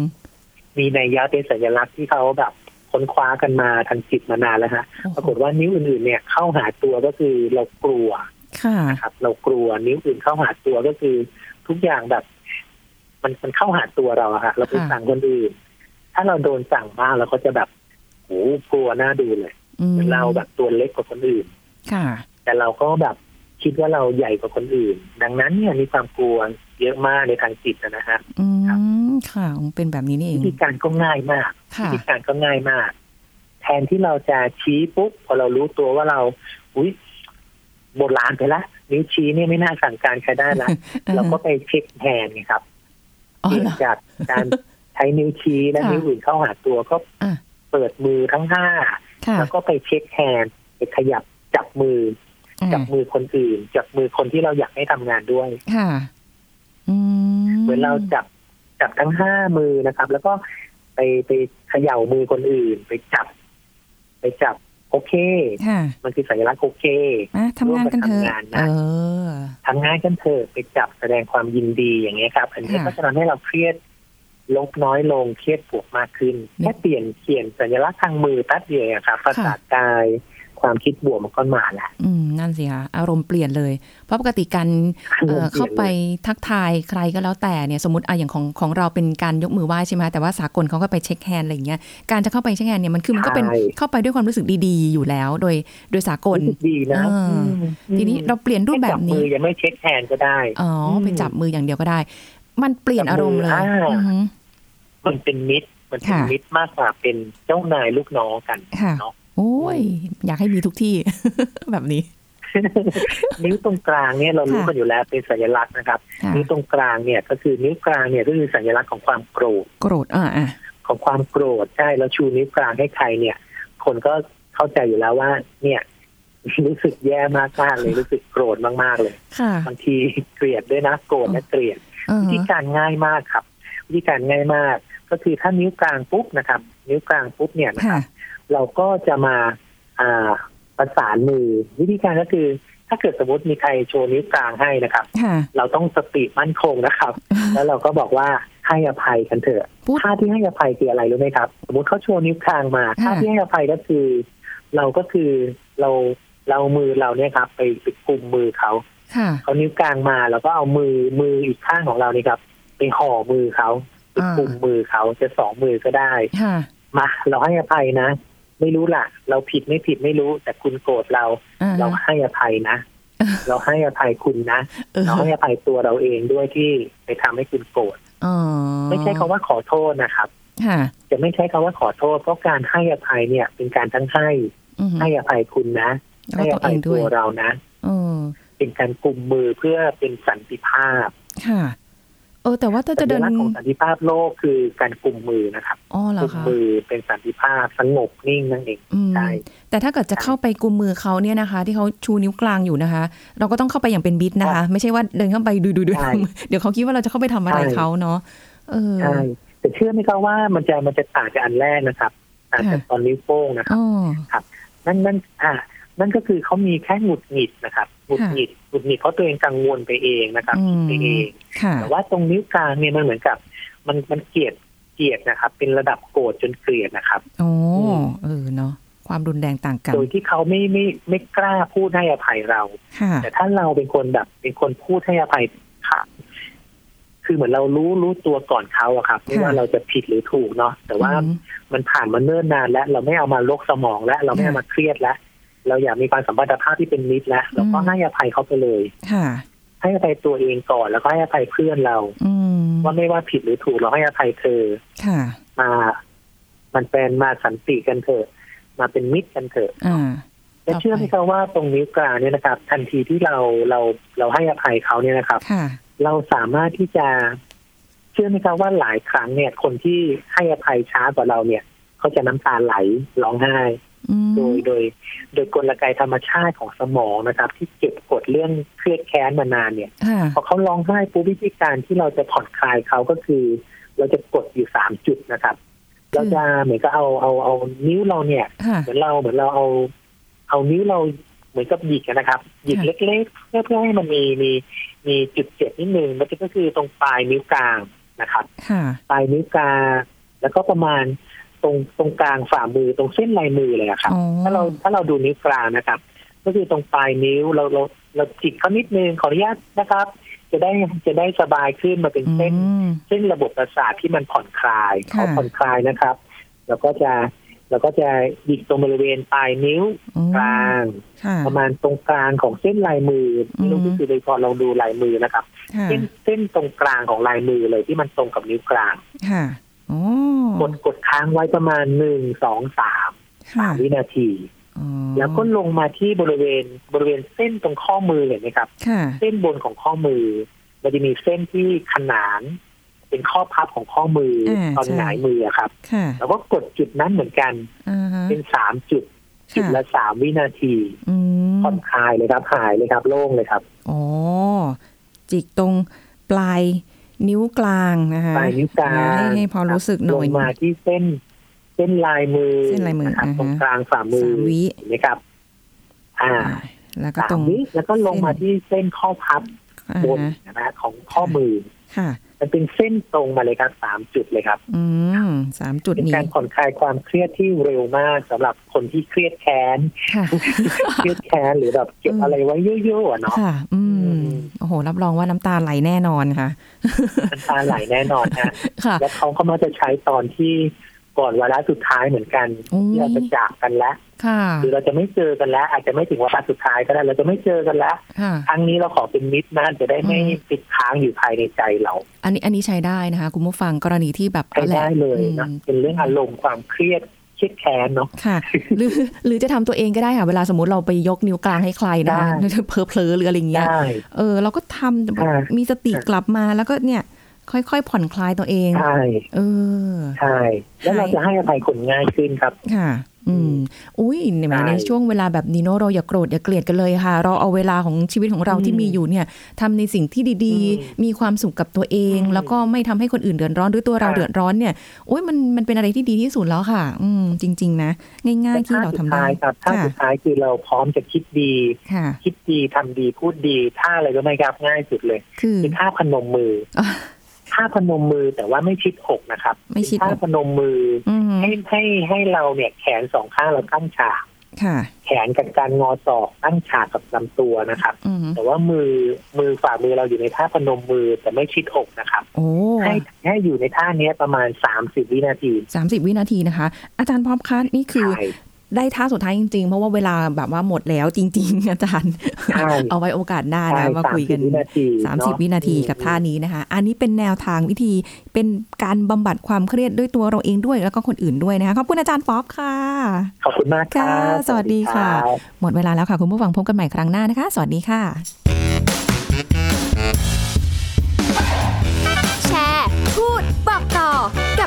Speaker 3: มีในยยะเป็นสัญลักษณ์ที่เขาแบบค้นคว้ากันมาทางจิตมานานแล้วฮะ
Speaker 2: โอ้
Speaker 3: ปรากฏว่านิ้วอื่นๆเนี่ยเข้าหาตัวก็คือเรากลัว
Speaker 2: ค่ะ
Speaker 3: ครับ เรากลัวนิ้วอื่นเข้าหาตัวก็คือ ทุกอย่างแบบ มันมันเข้าหาตัวเราอะฮะเราไป
Speaker 2: ค่ะ
Speaker 3: สั่งคนอื่น ถ้าเราโดนสั่งมากเราก็จะแบบโอ้กลัวหน้าดูเลย
Speaker 2: อืม
Speaker 3: เหมือนเราแบบตัวเล็กกว่าคนอื่น
Speaker 2: ค่ะ
Speaker 3: แต่เราก็แบบคิดว่าเราใหญ่กว่าคนอื่น ดังนั้นเนี่ยมีความกลัวเยอะมากในทางจิตนะฮะ
Speaker 2: อืม ค่ะอ๋อเป็นแบบนี้นี่เอ
Speaker 3: วิ
Speaker 2: ง
Speaker 3: ธีการก็ง่ายมาก วิ
Speaker 2: ค่ะ
Speaker 3: ธีการก็ง่ายมาก แทนที่เราจะชี้ปุ๊บพอเรารู้ตัวว่าเราอุ้ยโบราณไปละนิ้วชี้เนี่ยไม่น่าสั่งการใครได้ ละ เราก็ไปเช็คแทนไงครับ
Speaker 2: อ๋อ
Speaker 3: เปลี่ย
Speaker 2: เห
Speaker 3: น
Speaker 2: รอ
Speaker 3: จากการ ใช้นิ้วชี้และ
Speaker 2: ค่ะ
Speaker 3: นิ้วอื่นเข้าหาตัวก็
Speaker 2: อ่ะ
Speaker 3: เปิดมือทั้งห้า
Speaker 2: ค่ะ
Speaker 3: แล้วก็ไปเช็คแทนไปขยับจับมืออ
Speaker 2: อืม
Speaker 3: จับมือคนอื่น จับมือคนที่เราอยากให้ทำงานด้วย
Speaker 2: ค่ะ อืม
Speaker 3: เหมือนเราจับจับทั้งห้ามือนะครับ แล้วก็ ไปไปเขย่ามือคนอื่น ไปจับ ไปจับ โอเค
Speaker 2: ค่ะ
Speaker 3: มันคือสัญลักษณ์โอเค
Speaker 2: มาทำงานกันเถอะ
Speaker 3: ร่วมกันทำงานนะ
Speaker 2: เออ
Speaker 3: ทำงานกันเถอะไปจับแสดงความยินดีอย่างเงี้ยครับอันนี้
Speaker 2: ค่ะ
Speaker 3: ก็จะทำให้เราเครียดลบน้อยลงเครียดบวกมากขึ้น
Speaker 2: นึก
Speaker 3: แค่เปลี่ยนเขียนสัญลักษณ์ทางมือแป๊บเดียวเองครับภาษา
Speaker 2: ค่ะ
Speaker 3: ทกายความคิดบวกมันก็มาแหละ
Speaker 2: อืมนั่นสิคะอารมณ์เปลี่ยนเลย เพราะปกติการเอ่อเข้าไปทักทายใครก็แล้วแต่เนี่ยสมมติอะอย่างของของเราเป็นการยกมือไหว้ใช่ไหมแต่ว่าสากลเขาก็ไปเช็คแฮนด์อะไรอย่างเงี้ยการจะเข้าไปเช็คแฮนด์เนี่ยมันคือมันก็เป็นเข้าไปด้วยความรู้สึกดีๆ อยู่แล้ว โดยโดยสากล
Speaker 3: รู้สึกดีนะ
Speaker 2: เอออื
Speaker 3: ม
Speaker 2: ทีนี้เราเปลี่ยนรูปแบบ
Speaker 3: แค่จัมื
Speaker 2: นี้
Speaker 3: อยังไม่เช็คแฮนด์ก็ได้
Speaker 2: อ๋ออ
Speaker 3: ม
Speaker 2: ไปจับมืออย่างเดียวก็ได้ มันเปลี่ยนอารมณ์เลย
Speaker 3: จับมืออ่า
Speaker 2: อือหือ
Speaker 3: มันเป็นมิตรมันเป็น
Speaker 2: ค่ะ
Speaker 3: มิตรมากกว่าเป็นเจ้านายลูกน้องกัน
Speaker 2: ค่ะ
Speaker 3: เนอะ
Speaker 2: โอ้ย อยากให้มีทุกที่ แบบนี้
Speaker 3: นิ้วตรงกลางเนี่ยเรารู้
Speaker 2: ค่ะ
Speaker 3: กันอยู่แล้วเป็นสัญลักษณ์นะครับ
Speaker 2: ค่ะ
Speaker 3: นิ้วตรงกลางเนี่ยก็คือนิ้วกลางเนี่ยก็คือสัญลักษณ์ของความโกรธ
Speaker 2: โกรธอ่าอ่า
Speaker 3: ของความโกรธใช่แล้วชูนิ้วกลางให้ใครเนี่ย คนก็เข้าใจอยู่แล้วว่า เนี่ย รู้สึกแย่มากมากๆเลยรู้สึกโกรธมากๆเลย
Speaker 2: ค่ะ
Speaker 3: บางทีเกลียดด้วยนะโกรธและเกลียด
Speaker 2: เออ
Speaker 3: วิธีการง่ายมากครับ วิธีการง่ายมาก ก็คือถ้านิ้วกลางปุ๊บนะครับ นิ้วกลางปุ๊บเนี่ยนะ
Speaker 2: ค่ะ
Speaker 3: เราก็จะมาอ่าประสานมือ วิธีการก็คือ ถ้าเกิดสมมติมีใครโชว์นิ้วกลางให้นะครับ
Speaker 2: ค่ะ
Speaker 3: เราต้องสติมั่นคง นะครับ แล้วเราก็บอกว่าให้อภัยกันเถอะ
Speaker 2: พูด
Speaker 3: ท่าที่ให้อภัยคืออะไรรู้ไหมครับ สมมติเขาโชว์นิ้วกลางมา
Speaker 2: ค่ะ
Speaker 3: ท่าที่ให้อภัยก็คือ เราก็คือเราเรามือเราเนี่ยครับไปไปกลุ่มมือเขา
Speaker 2: ค่ะ
Speaker 3: เขานิ้วกลางมาแล้วก็เอามือมืออีกข้างของเรานี่ครับไปห่อมือเขาไปกลุ่มมือเขาจะสองมือก็ได้
Speaker 2: ค่ะ
Speaker 3: มาเราให้อภัยนะ ไม่รู้ล่ะ เราผิดไม่ผิดไม่รู้ แต่คุณโกรธเรา
Speaker 2: อ่า
Speaker 3: เราให้อภัยนะ
Speaker 2: เออ
Speaker 3: เราให้อภัยคุณนะ
Speaker 2: เออ
Speaker 3: เราให้อภัยตัวเราเองด้วยที่ไปทำให้คุณโกรธ
Speaker 2: อ๋อ
Speaker 3: ไม่ใช่คาว่าขอโทษนะครับ
Speaker 2: ค่ะ
Speaker 3: จะไม่ใช้คาว่าขอโทษ เพราะการให้อภัยเนี่ย เป็นการทั้งให้
Speaker 2: อือหือ
Speaker 3: ให้อภัยคุณนะ
Speaker 2: แล้ว
Speaker 3: ให้
Speaker 2: ก็
Speaker 3: อ
Speaker 2: ตัวเอ
Speaker 3: ภั
Speaker 2: ยงด้
Speaker 3: ตัว
Speaker 2: ยว
Speaker 3: เรานะ
Speaker 2: เออ
Speaker 3: เป็นการกลุ่มมือเพื่อเป็นสันติภาพ
Speaker 2: ค่ะ เออ แต่ว่าถ้า
Speaker 3: สั
Speaker 2: จะ
Speaker 3: ญ
Speaker 2: เดิน
Speaker 3: ลักษณ์ของสันติภาพโลกคือการกลุ่มมือนะครับ
Speaker 2: อ๋อเหร
Speaker 3: ก
Speaker 2: อ
Speaker 3: ลุ่ม
Speaker 2: คะ
Speaker 3: มือเป็นสันติภาพสงบนิ่งนั่นเอง
Speaker 2: อืม
Speaker 3: ใช่
Speaker 2: แต่ถ้าเกิดจะเข้าไปกุมมือเขาเนี่ยนะคะ ที่เขาชูนิ้วกลางอยู่นะคะ เราก็ต้องเข้าไปอย่างเป็นมิตรนะคะ ไม่ใช่ว่าเดินเข้าไปดูดูดู
Speaker 3: ใช่
Speaker 2: เดี๋ยวเขาคิดว่าเราจะเข้าไปทำอะไรเขาเนาะเออ
Speaker 3: ใช่แต่เชื่อไหมครับว่ามันจะมันจะต่างจากอันแรกนะครับต่างจาก
Speaker 2: ค่ะ
Speaker 3: ตอนนิ้วโป้งนะครับ
Speaker 2: อ๋อ
Speaker 3: นั่นนั่นอ่านั่นก็คือเขามีแค่หงุดหงิดนะครับหงุดหงิดหงุดหงิดเพราะตัวเองกังวลไปเองนะครับ
Speaker 2: อืม
Speaker 3: คิดไปเอง
Speaker 2: ค่ะ
Speaker 3: แต่ว่าตรงนิ้วกลางเนี่ยมันเหมือนกับ มันมันเกลียดเกลียดนะครับ เป็นระดับโกรธจนเกลียดนะครับ
Speaker 2: โอ้
Speaker 3: อืม
Speaker 2: เออเนาะความรุนแรงต่างกัน
Speaker 3: โดยที่เขาไม่ไม่ไม่กล้าพูดให้อภัยเรา
Speaker 2: ค่ะ
Speaker 3: แต่ถ้าเราเป็นคนแบบ เป็นคนพูดให้อภัยค่ะ คือเหมือนเรารู้รู้ตัวก่อนเขาอะครับ ไม่ว่า
Speaker 2: ค่ะ
Speaker 3: เราจะผิดหรือถูกเนาะแต่ว่า
Speaker 2: อืม
Speaker 3: มันผ่านมาเนิ่นนานแล้ว เราไม่เอามาลกสมองแล้ว เราไม่เอามาเครียดแล้ว เราอยากมีความสัมพันธภาพที่เป็นมิตรแล้วเราก็
Speaker 2: อืม
Speaker 3: ให้อภัยเขาไปเลย
Speaker 2: ค่ะ
Speaker 3: ให้อภัยตัวเองก่อนแล้วก็ให้อภัยเพื่อนเรา
Speaker 2: อืม
Speaker 3: ว่าไม่ว่าผิดหรือถูกเราให้อภัยเธอ
Speaker 2: ค่ะ
Speaker 3: มา มันแปลนมาสันติกันเถอะ มาเป็นมิตรกันเถอะ
Speaker 2: อ่า
Speaker 3: และ
Speaker 2: ต่อไป
Speaker 3: เชื่อไหมครับว่าตรงนิ้วกลางเนี่ยนะครับ ทันทีที่เราเราเราให้อภัยเขาเนี่ยนะครับ
Speaker 2: ค่ะ
Speaker 3: เราสามารถที่จะเชื่อไหมครับว่าหลายครั้งเนี่ย คนที่ให้อภัยช้ากว่าเราเนี่ยเขาจะน้ำตาไหลร้องไห้
Speaker 2: อืม
Speaker 3: โดยโดยโดยกลไกธรรมชาติของสมองนะครับ ที่เก็บกดเรื่องเครียดแค้นมานานเนี่ย
Speaker 2: ค่ะ
Speaker 3: พอเขาร้องไห้ปุ๊บวิธีการที่เราจะผ่อนคลายเขาก็คือ เราจะกดอยู่สามจุดนะครับ เราจะเหมือนก็เอาเอาเอานิ้วเราเนี่ย
Speaker 2: ค่ะ
Speaker 3: เหมือนเราเหมือนเราเอา เอานิ้วเราเหมือนกับหยิกอะนะครับหยิก
Speaker 2: ค่ะ
Speaker 3: เล็กๆเพื่อเพื่อให้มันมีมีมีจุดเจ็บนิดนึงมันก็คือตรงปลายนิ้วกลางนะครับ
Speaker 2: ค่ะ
Speaker 3: ปลายนิ้วกลางแล้วก็ประมาณตรงตรงกลางฝ่ามือตรงเส้นลายมือเลยอะครับ
Speaker 2: อ๋อ
Speaker 3: ถ้าเราถ้าเราดูนิ้วกลางนะครับ ก็คือตรงปลายนิ้วเราเราเราจิกเขานิดนึงขออนุญาตนะครับ จะได้จะได้สบายขึ้นมาเป็นเส้น
Speaker 2: อืม
Speaker 3: เส้นระบบประสาทที่มันผ่อนคลาย
Speaker 2: ค่ะ
Speaker 3: เขาผ่อนคลายนะครับเราก็จะเราก็จะหยิกตรงบริเวณปลายนิ้ว
Speaker 2: อืม
Speaker 3: กลาง
Speaker 2: ค่ะ
Speaker 3: ประมาณตรงกลางของเส้นลายมือ
Speaker 2: อืม
Speaker 3: ไม่รู้ที่คือโดยเฉพาะเราดูลายมือนะครับ
Speaker 2: ค่ะ
Speaker 3: เส้นเส้นตรงกลางของลายมือเลยที่มันตรงกับนิ้วกลาง
Speaker 2: ค่ะโอ้
Speaker 3: กดกดค้างไว้ประมาณหนึ่งสองสาม
Speaker 2: ค่ะ
Speaker 3: สามวินาที
Speaker 2: อ๋อ
Speaker 3: แล้วก็ลงมาที่บริเวณบริเวณเส้นตรงข้อมือเห็นไหมครับ
Speaker 2: ค่ะ
Speaker 3: เส้นบนของข้อมือ มันจะมีเส้นที่ขนาน เป็นข้อพับของข้อมืออา ตอน
Speaker 2: ใช่
Speaker 3: หงายมืออะครับ
Speaker 2: ค่ะ
Speaker 3: แล้วก็กดจุดนั้นเหมือนกัน
Speaker 2: อ่าฮะ
Speaker 3: เป็นสามจุดจุด
Speaker 2: ค่ะ
Speaker 3: ละสามวินาที
Speaker 2: อืม
Speaker 3: ผ่อนคลายเลยครับหายเลยครับ โล่งเลยครับ
Speaker 2: อ๋อจิกตรงปลาย นิ้วกลางนะคะ
Speaker 3: ปลายนิ้วกลาง
Speaker 2: นะให้ให้พอรู้สึกหน่อย
Speaker 3: ลงมาที่เส้น เส้นลายมือ
Speaker 2: เส้นลายมือ
Speaker 3: นะครับ
Speaker 2: อ่าฮะ
Speaker 3: ตรงกลางฝ่ามือ
Speaker 2: สามวิ
Speaker 3: เห็นไหมครับ อ่า
Speaker 2: อ่าแล้วก็ตร
Speaker 3: สาม
Speaker 2: ง
Speaker 3: วิแล้วก็ลงมาที่เส้นข้อพับ
Speaker 2: อ่า
Speaker 3: บน
Speaker 2: ฮะ
Speaker 3: นะฮะของข้อมือ
Speaker 2: ค่ะ
Speaker 3: มันเป็นเส้นตรงมาเลยครับสามจุดเลยครับ
Speaker 2: อืมสามจุด
Speaker 3: เป็น
Speaker 2: นี้
Speaker 3: การผ่อนคลายความเครียดที่เร็วมากสำหรับคนที่เครียดแค้ น
Speaker 2: ค่ะ
Speaker 3: เครียดแค้นหรือแบบเก็บอะไรไว้เยอะๆอะ เนาะ
Speaker 2: ค่ะ อื
Speaker 3: อื
Speaker 2: ม
Speaker 3: ม
Speaker 2: โอ้โห รับรองว่าน้ำตาไหลแน่นอนค่ะ
Speaker 3: น้ำตาไหลแน่นอน ฮะ
Speaker 2: ค่ะ
Speaker 3: แล้วเขาก็มาจะใช้ตอนที่ก่อนวาระสุดท้ายเหมือนกัน
Speaker 2: โอ้ย
Speaker 3: ที่เราจะจากกันแล้ว
Speaker 2: ค่ะ
Speaker 3: คือเราจะไม่เจอกันแล้ว อาจจะไม่ถึงวาระสุดท้ายก็ได้เราจะไม่เจอกันแล้ว
Speaker 2: ค่ะ
Speaker 3: ครั้งนี้เราขอเป็นมิตรนะจะได้ไม่
Speaker 2: อืม
Speaker 3: ติดค้างอยู่ภายในใจเรา
Speaker 2: อันนี้อันนี้ใช้ได้นะคะ คุณผู้ฟังกรณีที่แบบ
Speaker 3: ใช้ได้เลยนะ
Speaker 2: อืม
Speaker 3: เป็นเรื่องอารมณ์ความเครียดเครียดแค้นเนาะ
Speaker 2: ค่ะ หรือหรือจะทำตัวเองก็ได้ค่ะ เวลาสมมติเราไปยกนิ้วกลางให้ใครนะคะ
Speaker 3: ได้
Speaker 2: เผลอเผลอๆหรืออะไรอย่างเงี้ย
Speaker 3: ได้
Speaker 2: เออ เราก็ทำ
Speaker 3: ใช่
Speaker 2: มีสติกลับมาแล้วก็เนี่ย ค่อยๆ ผ่อนคลายตัวเอง
Speaker 3: ใช่
Speaker 2: เออ
Speaker 3: ใช่แล้วเราจะให้อภัยคนง่ายขึ้นครับ
Speaker 2: ค่ะ อืม อุ้ยเนี่ยแหม
Speaker 3: ใช่
Speaker 2: ในช่วงเวลาแบบนี้เนอะเราอย่าโกรธอย่าเกลียดกันเลยค่ะ เราเอาเวลาของชีวิตของเรา
Speaker 3: อืม
Speaker 2: ที่มีอยู่เนี่ยทำในสิ่งที่ดี
Speaker 3: อืม
Speaker 2: ๆ มีความสุขกับตัวเอง
Speaker 3: อืม
Speaker 2: แล้วก็ไม่ทำให้คนอื่นเดือดร้อนหรือตัวเรา
Speaker 3: ค่ะ
Speaker 2: เดือดร้อนเนี่ยโอ้ยมันมันเป็นอะไรที่ดีที่สุดแล้วค่ะ อืม จริง ๆ นะ ง่าย ๆ ที่เราทำได้
Speaker 3: ท่สุท้ยครับท่า
Speaker 2: ค่ะ
Speaker 3: สุดท้ายคือเราพร้อมจะคิดดี
Speaker 2: ค่ะ
Speaker 3: คิดดีทำดีพูดดีท่าอะไรก็ไม่ครับง่ายสุดเลย
Speaker 2: คือ
Speaker 3: เป็นท่าพนมมืออ
Speaker 2: อ
Speaker 3: ท่าพนมมือแต่ว่าไม่ชิดอกนะครับ
Speaker 2: ไม่ชิดอก
Speaker 3: เป็นท่าพนมมืออ
Speaker 2: อืม
Speaker 3: ให้ให้ให้เราเนี่ยแขนสองข้างเราตั้งฉาก
Speaker 2: ค่ะ
Speaker 3: แขนกับการงอศอกตั้งฉากกับลำตัวนะครับ
Speaker 2: อืม
Speaker 3: แต่ว่ามือมือฝ่ามือเราอยู่ในท่าพนมมือแต่ไม่ชิดอกนะครับ
Speaker 2: โอ้
Speaker 3: ให้ให้อยู่ในท่าเนี้ยประมาณสามสิบวินาที
Speaker 2: สามสิบวินาทีนะคะ อาจารย์พร้อมคะนี่คือ
Speaker 3: ใช่
Speaker 2: ได้ท่าสุดท้ายจริงๆ เพราะว่าเวลาแบบว่าหมดแล้วจริง ๆ อาจารย์
Speaker 3: ใช่
Speaker 2: เอาไว้โอกาสหน้า
Speaker 3: ใช่
Speaker 2: นะมาคุยกัน
Speaker 3: 30วินาที
Speaker 2: สามสิบ
Speaker 3: เะ
Speaker 2: วินาทีกับท่านี้นะคะ อันนี้เป็นแนวทางวิธีเป็นการบำบัดความเครียดด้วยตัวเราเองด้วย แล้วก็คนอื่นด้วยนะคะ ขอบคุณอาจารย์ป๊อปค่ะ
Speaker 3: ขอบคุณมากครั
Speaker 2: ค่ะ
Speaker 3: บ
Speaker 2: สวัสดีค่ะ
Speaker 3: รับ
Speaker 2: หมดเวลาแล้วค่ะคุณผู้ฟังพบกันใหม่ครั้งหน้านะคะ สวัสดีค่ะ
Speaker 1: แชร์ พูด บอกต่อ กั